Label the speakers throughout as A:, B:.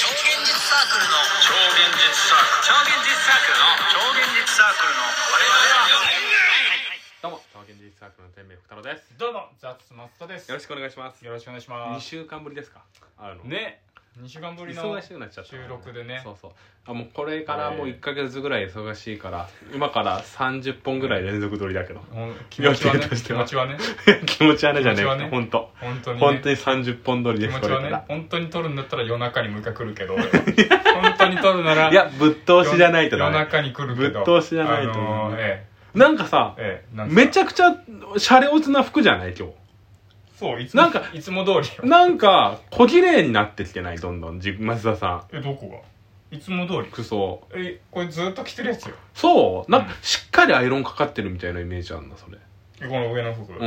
A: サークルの超現実サークル超現実サークルの超現実サークルの我々は
B: どうも、超現実サークルの天命福太郎です。
C: どうも、ザッツマスタです。
B: よろしくお願いします。
C: よろしくお願いし
B: 2
C: ます。
B: 週間ぶりですかあの、
C: ね、2週間ぶりの
B: 忙しくなっちゃった。
C: 収録でね
B: そうそう。あ、もうこれからもう1ヶ月ぐらい忙しいから、今から30本ぐらい連続撮りだけど。
C: ほん気持ちは
B: 予
C: ね、
B: 定として
C: 気
B: は
C: 持ちはね、
B: 気持ちはねじゃね
C: 気持ちはね
B: ほんと。
C: 本当に、ね、
B: ほんとに30本撮り
C: 気
B: です、
C: 持
B: こ
C: ち
B: れ
C: は
B: か
C: ね
B: ら、。
C: 本当に撮るんだったら夜中に迎え来るけど、俺は本当に撮るなら、
B: いや、ぶっ通しじゃないと
C: 夜
B: ダメ。
C: 中に来るけど、
B: ぶっ通しじゃないと
C: あのーえ
B: なんかさ
C: え、、ええ、なんすか
B: めちゃくちゃ、シャレオツな服じゃない今
C: そう、いつ
B: な
C: も
B: んか、
C: いつも通りよ
B: 日。なんか、小綺麗になってきてないどんどん、じ松田さん。
C: え、どこがいつも通り
B: 服装。
C: え、これずっと着てるやつよ。
B: そうなん
C: う
B: か
C: ん
B: しっかりアイロンかかってるみたいなイメージあんなそれ
C: えこの上の服。
B: うんうんう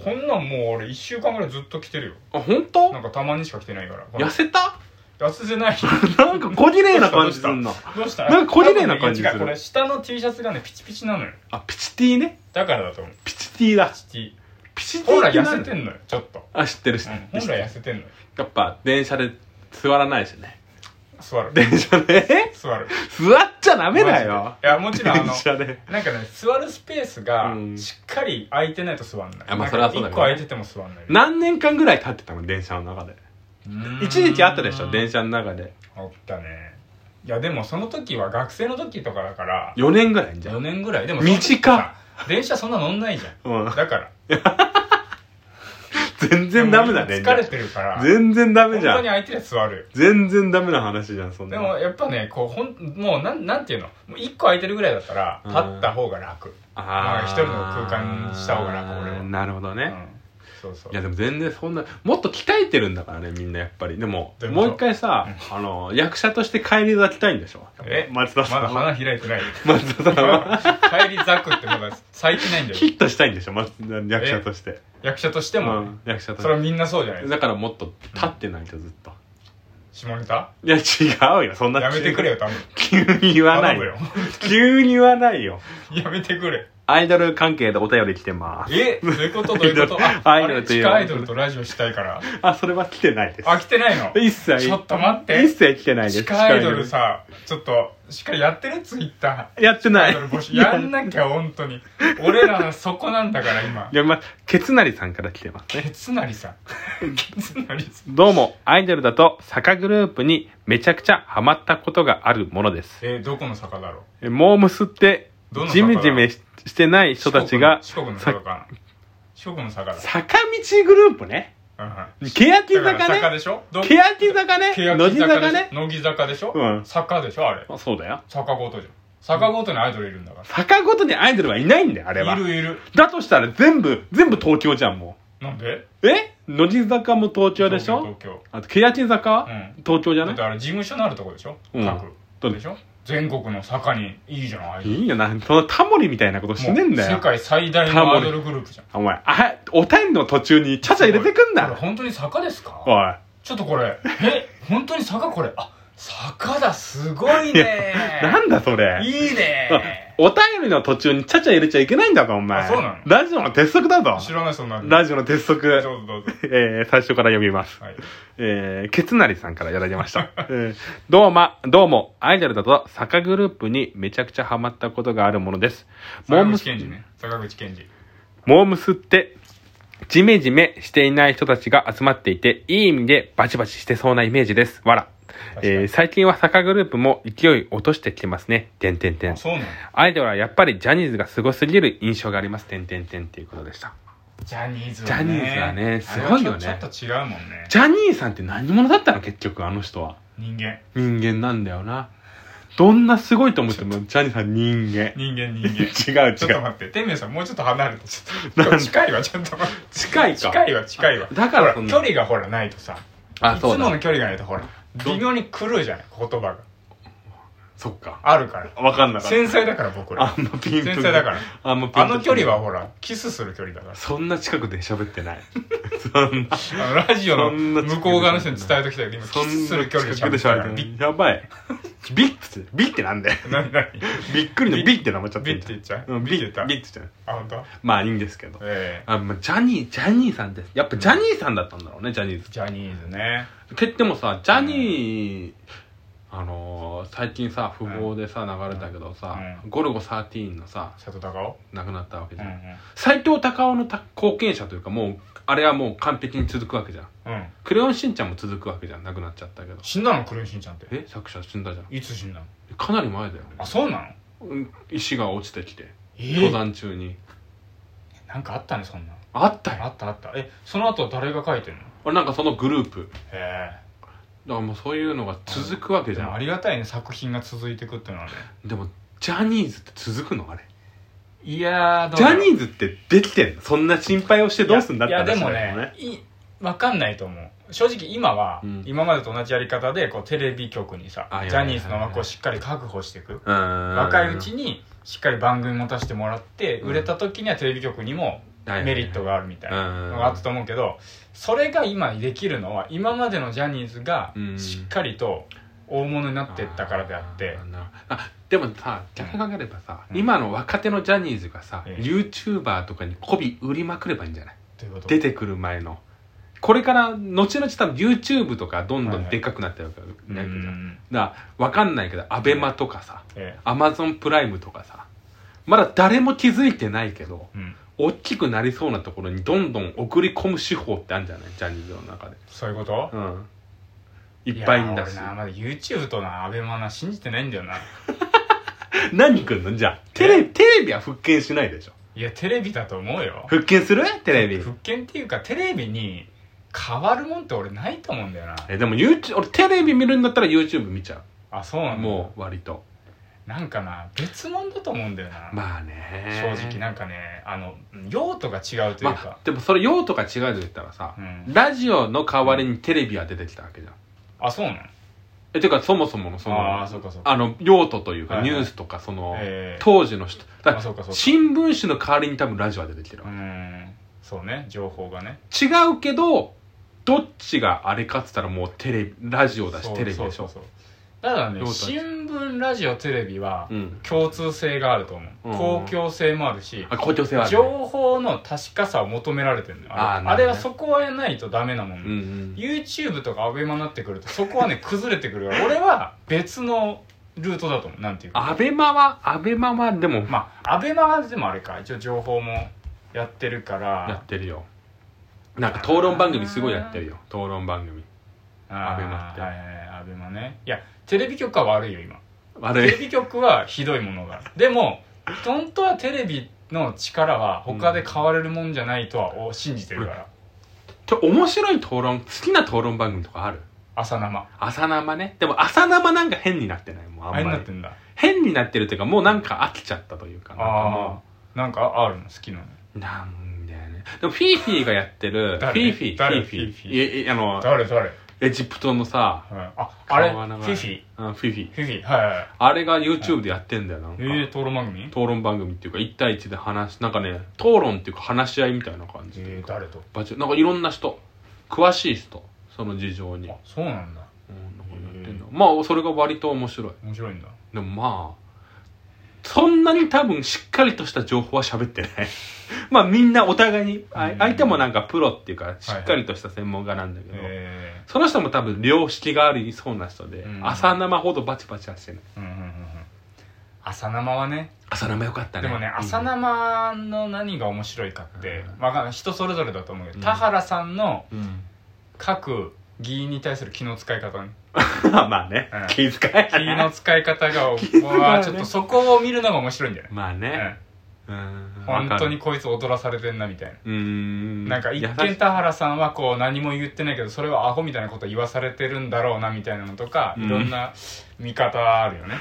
B: ん
C: こんなんもう俺1週間ぐらいずっと着てるよ。
B: あ本
C: なん
B: 当
C: かたまにしか着てないから。
B: 痩せた
C: 痩せてない。
B: なんか小綺麗な感じすんな
C: どうした
B: なんか小綺麗な感じする
C: 多分ね違うこれ下の T シャツがねピチピチなのよ
B: あピチティね
C: だからだと思う
B: ピチティだ
C: ピチティ
B: ピチティ
C: ほ
B: っ
C: ら
B: て
C: 痩
B: 何
C: せてんのよちょっと、
B: あ知ってる知っ
C: うん
B: てる、
C: ほら痩せてんのよ
B: やっぱ電車で座らないしね
C: 座る
B: 電車で
C: 座る
B: 座っちゃダメだよ
C: マジでいやもちろんあ
B: 電
C: の
B: 車で
C: なんかね座るスペースが
B: うん
C: しっかり空いてないと座んない、
B: あまあそれはそうだ
C: 1
B: け
C: 個
B: どね
C: 空いてても座んない
B: 何年間ぐらい経ってたの電車の中で一時期あったでしょ電
C: 車
B: 車の中で
C: あったねいやでもその時は学生の時とかだから
B: 4年ぐらいじゃ
C: 4
B: ん
C: 年ぐらいでも
B: 短っ
C: か電車そんな乗んないじゃん
B: うん
C: だから
B: 全然ダメだね
C: でも疲れてるから
B: 全然ダメ
C: 本
B: じゃ
C: 当
B: ん
C: に空いてるやつ座るよ
B: 全然ダメな話じゃんそん
C: で
B: な
C: もやっぱねこうほんもうなんなんていうのもう1個空いてるぐらいだったら
B: うん
C: 立った方が楽、
B: あー
C: まあ一人の空間にした方が楽俺は
B: なるほど
C: うん
B: ね、
C: そうそう
B: いやでも全然そんなもっと鍛えてるんだからねみんなやっぱりでも
C: でも
B: もう一回さ、あの役者として帰り咲きたいんでしょ
C: え
B: 松田さ
C: ま
B: ん
C: だ花開い てないよ
B: 松田さんは
C: 帰りザクってまだ咲いてないんだ
B: ヒ
C: よ
B: ットしたいんでしょ松田役者として
C: 役者として
B: う
C: もね、
B: ん役者と
C: それ
B: し
C: はみんなそうじゃない
B: てだからもっと立ってないとずっと、
C: 下ネタ
B: いや違うよそんな
C: やめてくれよ多分
B: 急に言わない
C: 頼むよ
B: 急に言わないよ
C: やめてくれ
B: アイドル関係でお便り来てます
C: えどういうことどういうことあ
B: アイ
C: あ
B: ドル
C: れ
B: とい
C: 地
B: う
C: 下アイドルとラジオしたいから
B: あそれは来てないです
C: あ来てないの
B: 一切
C: ちょっと待って
B: 一切来てないです
C: 地下アイドルさちょっとしっかりやってるツイッタ
B: やって
C: ーア
B: ない
C: イドル募集やんなきゃ本当に俺らのそこなんだから今
B: いや、まあ、ケツナリさんから来てますね。
C: ケツナリ さんケツナリさん
B: どうも、アイドルだと、坂グループにめちゃくちゃハマったことがあるものです。
C: えーどこの坂だろう
B: えモームスって
C: どの、坂
B: ジメジメししてない人たちが、
C: 四国の四
B: さ
C: 国の坂かな四国の坂だ
B: 坂道グループね。
C: うんうん
B: 欅
C: だから
B: 坂
C: 坂
B: ね。
C: でしょど
B: 欅坂ね。
C: 欅
B: 乃木坂
C: でし
B: ね
C: ょ。乃木坂でしょ
B: うん
C: 坂でしょあれ
B: あそうだよ。
C: 坂ごとじゃん坂ごとにアイドルいるんだか
B: 坂ごとにアイドルはいないんだよ、あれ
C: ら。
B: はい
C: るいる
B: だとしたら全部、全部東京じゃん、も
C: なんで
B: う。え乃木坂も東京でしょ
C: 東京
B: あと、欅坂、
C: うん
B: 東京じゃ
C: 東京だ
B: ない
C: ってあれ事務所のあるとこでしょ
B: うん
C: 各でしょ全国の坂にいいじゃんアイドル
B: いいよな、そのタモリみたいなことしねえんだよ。
C: もう世界最大のアイドルグループじゃん
B: お前、あ、お便りの途中にちゃちゃ入れてくん
C: これ
B: な
C: 本当に坂ですか
B: おい。
C: ちょっとこれえ本当に坂これあ坂だすごいね
B: なんだそれ。
C: いいね
B: お便りの途中にちゃちゃ入れちゃいけないんだぞ、お前。
C: あそうなの
B: ラジオの鉄則だぞ。
C: 知らないそんなの
B: ラジオの鉄則。
C: どうぞどうぞ
B: えー、最初から読みます。
C: はい
B: えー、ケツナリさんからいただきました。えーどうも、どうも、アイドルだと坂グループにめちゃくちゃハマったことがあるものです。モー
C: 坂
B: ム
C: 口
B: ス
C: 健二ね坂口健二
B: モームスって、ジメジメしていない人たちが集まっていて、いい意味でバチバチしてそうなイメージです。わら。
C: 確かに
B: えー最近は坂グループも勢い落としてきてますね。てんてんてん
C: あ。そうなの
B: アイドルはやっぱりジャニーズがすごすぎる印象があります。てんてんてんっていうことでした。
C: ジャニーズ
B: ジャニーズはねすごいよね
C: あれはちょちょっと違うもんね
B: ジャニーさんって何者だったの結局、あの人は。
C: 人間
B: 人間なんだよな。どんなすごいと思っても、ジャニーさん人間。
C: 人間人 間
B: 違う
C: ちょっ
B: 違
C: と
B: う。
C: 待って、天明さんもうちょっと離れて、ちょ
B: な
C: っ
B: ん
C: と。近いわ、ちょっと。
B: 近いか。
C: 近いわ、近いわ。
B: だからそ
C: ほ
B: ん
C: ら
B: な
C: 距離がほらないとさ、
B: あ、
C: いつ
B: そ
C: も
B: うだ。
C: の距離がないとほら、
B: ど
C: 微妙に狂うじゃない、言葉が。
B: そっか。
C: あるから。
B: わかんなかった。
C: 繊細だから、僕ら
B: あ。んまピンと。
C: 繊細だから。
B: あんまピンと。
C: あの距離はほら、キスする距離だか
B: そんな近くで喋ってない。そんな、
C: ら。あのラジオの
B: そんな近く
C: 向こう側の人に伝えときたいけど、今、
B: そ
C: キ
B: ん
C: スす
B: な
C: る距離
B: 近く
C: で
B: で
C: しゃべ
B: 喋
C: るか
B: っ
C: ら。
B: て
C: ビ
B: ない。やばい。ビッって、ビッってなんだよ。
C: ッ、なになに
B: びっくりのビッって名前ちゃってん
C: ビッ
B: じ
C: て
B: ゃん
C: 言っち
B: う、
C: ゃうん
B: ビ
C: ビ
B: ッ
C: ッて言った
B: ビッって言っちゃう。
C: あ、ほんと
B: まあいいんですけど。
C: ええ。
B: あ、まあ、ジャニー、ジャニーさんです。やっぱジャニーさんだったんだろうね、ジャニーズ。
C: ジャニーズね。
B: てってもさ、ジャニー、あのー最近さ不毛でさ流れたけどさ「
C: う
B: ゴルゴ13」のさ
C: 佐藤隆
B: 亡くなったわけじ
C: 夫
B: ゃん、斎藤隆夫のた後継者というかもうあれはもう完璧に続くわけじゃん
C: うんうん
B: 「クレヨンしんちゃん」も続くわけじゃん亡くなっちゃったけど
C: 死んだのクレヨンしんちゃんって
B: え作者死んだじゃん
C: いつ死んだの
B: かなり前だよ
C: あそうなの
B: うん石が落ちてきて
C: え
B: 登
C: え
B: 山中に
C: なんかあったねそんな
B: あった
C: あ
B: よ
C: ったあったえその後は誰が書いてんのへ
B: 俺なんかそのグループ
C: え
B: だからもうそういうのが続くわけじ
C: で
B: ゃ
C: もあ
B: ん
C: りがたいね作品が続いてくってのはね
B: でもジャニーズって続くのあれ
C: いやー
B: ジャニーズってできてんのそんな心配をしてどうすんだって
C: いやいや
B: 話
C: でも
B: だよ
C: ねいわかんないと思う正直今は、
B: うん
C: 今までと同じやり方でこうテレビ局にさ
B: あいやい
C: ジ
B: や
C: ャ
B: いやい
C: ニ
B: や
C: ーズの枠をしっかり確保していく
B: うーん
C: 若いうちにしっかり番組持たせてもらって
B: うん
C: 売れた時にはテレビ局にもメリットがあるみたいなのがあったと思うけどそれが今できるのは今までのジャニーズが
B: うん
C: しっかりと大物になってったからであって
B: ーなあでもさ逆に考えればさ、
C: うん
B: 今の若手のジャニーズがさ、
C: ええ
B: YouTuber とかに媚び売りまくればいいんじゃない
C: ということ
B: 出てくる前のこれから後々多分 YouTube とかどんどんでっかくなってるわけじ
C: う
B: ゃん、
C: ん
B: だから分かんないけど ABEMA とかさ
C: え
B: Amazon プライムとかさまだ誰も気づいてないけど
C: えうん
B: 大きくなりそうなところにどんどん送り込む手法ってあるんじゃないジャニーズの中で
C: そういうこと
B: うんいっぱいいんだし
C: や俺なまだ YouTube となアベマな信じてないんだよな
B: 何くんのじゃあテレテレビは復権しないでしょ
C: いやテレビだと思うよ
B: 復権するテレビ
C: 復権っていうかテレビに変わるもんって俺ないと思うんだよな
B: えでも YouTube 俺テレビ見るんだったら YouTube 見ちゃ
C: あそうな
B: うん
C: だ
B: もう割と
C: なんかな別物だと思うんだよな、
B: まあね
C: 正直なんかねあの用途が違うという
B: まあ
C: か、
B: でもそれ用途が違うと言ったらさ、
C: うん、
B: ラジオの代わりにテレビは出てきたわけじゃん
C: あそうなの
B: えてかそもそものその
C: ああそうかそうか
B: あの用途というか
C: はいは
B: ニ
C: い
B: ュースとかその、
C: ええ
B: 当時の人だ
C: あ
B: か
C: そうかそ
B: ら
C: うか
B: 新聞紙の代わりに多分ラジオは出てきてる
C: う
B: わ
C: んそうね情報がね
B: け、違うけどどっちがあれかっつったらもうテレビラジオだしテレビ
C: そ
B: で
C: う
B: し
C: そう
B: ょ
C: そうだからね
B: 用途
C: 新聞ラジオテレビは
B: うん
C: 共通性があると思
B: う
C: う、
B: ん
C: 公共性もあるし
B: あ公共性はある、ね、
C: 情報の確かさを求められてるのよ
B: あ
C: あ
B: ー
C: れ
B: なるほどね
C: あれはそこはないとダメなもん、
B: うんうん、
C: YouTube とかアベマになってくるとそこはね崩れてくる から俺は別のルートだと思うなんていうか
B: アベマはアベマはでも
C: まあアベマはでもあれか一応情報もやってるか
B: や
C: ら
B: ってるよなんか討論番組すごいやってるよ討論番組
C: あー
B: アベマって
C: はいはいはいアベマねいやテレビ局は悪いよ 今
B: 悪
C: テレ
B: い
C: ビ局はひどいものがあるでも本当はテレビの力は他で買われるもんじゃないとはお信じてるから
B: ちょ面白い討論好きな討論番組とかある
C: 朝生
B: 朝生ねでも朝生なんか変になってないもう
C: あ
B: あ
C: れ
B: んま
C: になっ
B: り
C: てんだ
B: 変になってるというかもうなんか飽きちゃったというかなんかもう
C: ああなんかあるの好きなの
B: なんだよね。でも、フィーフィーがやってる、フ
C: 誰
B: ィーフィー、フ
C: 誰
B: ィーフィ
C: フィーフ
B: ー。え、え、あの、
C: 誰誰、はい、
B: エジプトのさ、
C: ああれフ
B: 顔が長
C: ィ
B: い
C: フィ
B: うんフィーフィー。
C: フィフィはいはいはい
B: あれが YouTube でやってんだよ、なんか。
C: えー、討論番組
B: 討論番組っていうか、1対1で話し、なんかね、討論っていうか話し合いみたいな感じ。
C: えー、誰と
B: バチなんかいろんな人、詳しい人、その事情に。うん
C: あ、そうなんだ
B: なんかやってんだまあ、それが割と面白い。
C: 面白いんだ
B: でもまあ、そんなに多分しっかりとした情報は喋ってない まあみんなお互いにあ
C: うん
B: 相手もなんかプロっていうかしっかりとした専門家なんだけど、
C: え
B: その人も多分良識がありそうな人で、
C: うん
B: 朝生ほどバチバチはしてない
C: ー、うんうんうんうん朝生はね
B: 朝生よかったね
C: でもね、
B: うん
C: 朝生の何が面白いかって、
B: うん
C: わかんない人それぞれだと思うけど、
B: うん
C: 田原さんの
B: うん
C: 各議員に対する気の使い方ね
B: まあね、
C: うん
B: 気遣い
C: 気の使い 方が僕はちょっとそこを見るのが面白いんじゃない、
B: まあね、うん、
C: うん、本当に
B: わか
C: こいつ踊らされてんなみたいな、
B: るうーん
C: なんか一見田原さんはこう何も言ってないけどそれはアホみたいなこと言わされてるんだろうなみたいなのとか、
B: うん
C: いろんな見方あるよね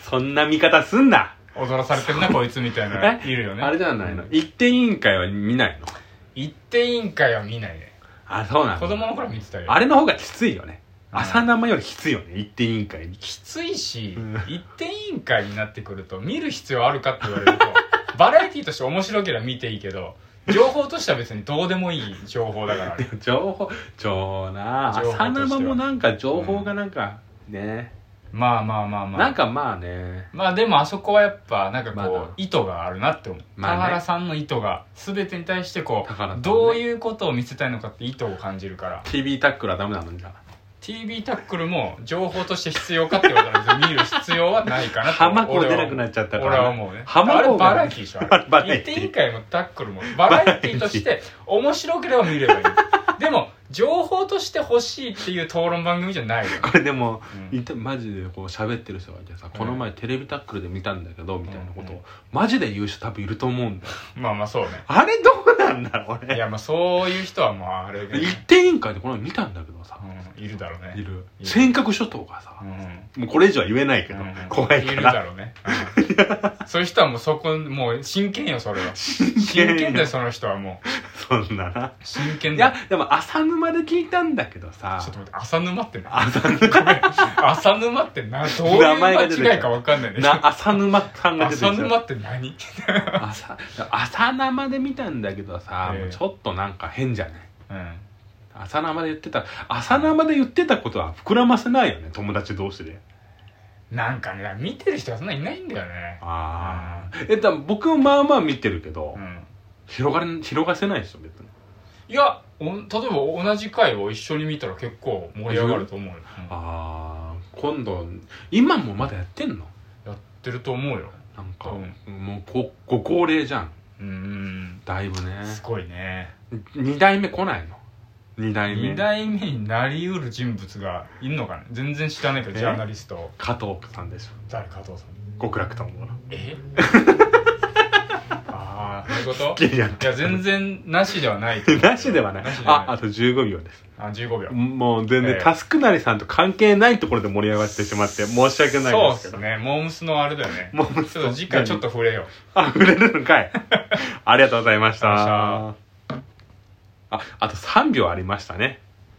B: そんな見方すんな、
C: 踊らされてるなこいつみたいないるよね
B: あれじゃないの一定委員会は見ないの
C: 一定委員会は見ないね
B: あそうなの
C: 子供の頃は見てたよ
B: あれの方がきついよね。
C: うん
B: 朝生よりきついよね、一定委員会に。
C: きついし
B: うん
C: 一定委員会になってくると見る必要あるかって言われ るとバラエティーとして面白ければ見ていいけど情報としては別にどうでもいい情報 だからね
B: 情報、情報な
C: 情報としては
B: 朝生もなんか情報がなんか、ね。
C: まあまあまあまあ
B: なんかまあね。
C: まあでもあそこはやっぱなんかこう、
B: まあな
C: 意図があるなって思う、
B: まあね
C: 田原さんの意図が全てに対してこ
B: 田原さん
C: う、
B: ね
C: どういうことを見せたいのかって意図を感じるから
B: TV タックルはダメなのじゃあ。
C: TV タックルも情報として必要かって言われた ら別に見る必要はないかなと
B: 浜子出なくなっちゃったから
C: 俺は思うね
B: 浜子が
C: あれバラエティでしょあ
B: バラ
C: れ
B: エ
C: 言っ
B: テ
C: て
B: ィ
C: いいんかいもタックルもバラエティとして面白ければ 見ればいいでも情報として欲しいっていう討論番組じゃないよね
B: これでも、
C: うん
B: いたマジでこう喋ってる人がいてさ、この前テレビタックルで見たんだけどみたいなことを、
C: うん
B: マジで言う人多分いると思うんだよ
C: まあまあそうね
B: あれどうなんだろう
C: い
B: ね
C: やまあそういう人はもうあれが、
B: 言っていいんかってこの前見たんだけどさ、
C: うん、いるだろうね
B: いる
C: いる
B: 尖閣諸島がさ
C: う、ん
B: もうこれ以上は言えないけど、
C: うん
B: 怖いか
C: るだ
B: ら
C: ろうね、うんそういう人はもうそこもう真剣よそれは真
B: 剣よ
C: 剣だよその人はも
B: そんなな
C: う真剣
B: い
C: だよ
B: やでも浅沼で聞いたんだけどさ
C: ちょっと待って浅沼ってな
B: 浅
C: ごめん浅沼ってなどういう
B: 名前が出てきた
C: 間違いか分かんないね
B: な浅沼さんが出てきた
C: 浅沼って何
B: 浅浅沼で見たんだけどさ、
C: ええ
B: もうちょっとなんか変じゃない
C: うん
B: 浅生で言ってた浅生で言ってたことは膨らませないよね友達同士で
C: なんかね見てる人がそんないないんだよね
B: ああえっと僕もまあまあ見てるけど、
C: うん
B: 広がれ広がせないでしょ別に
C: いやお例えば同じ回を一緒に見たら結構盛り上がると思うよ、うん
B: ああ今度今もまだやってんの
C: やってると思うよ
B: なんか、
C: う
B: もうごご高齢じゃん
C: うん
B: だいぶね
C: すごいね
B: 2代目来ないの2代目
C: 二代目になりうる人物がいんのかね全然知らないけど
B: え
C: ジャーナリスト
B: 加藤さんでしょ
C: 誰加藤さん
B: 極楽と思う
C: えああそういうこと
B: きりやっ
C: いや全然なしではない
B: の なしではない
C: なしでは
B: あ
C: ない
B: あと15秒です
C: あ15秒
B: もう全然、
C: ええ
B: タスクなりさんと関係ないところで盛り上がってしまって申し訳ない
C: そ
B: ん
C: う
B: で
C: っ
B: すけ
C: す
B: ど
C: ねモームスのあれだよね
B: モームス
C: ちょっと次回ちょっと触れよう
B: あ触れるのか いありがとうございまし
C: ありがとうござ
B: た
C: い
B: ああと3秒ありましたね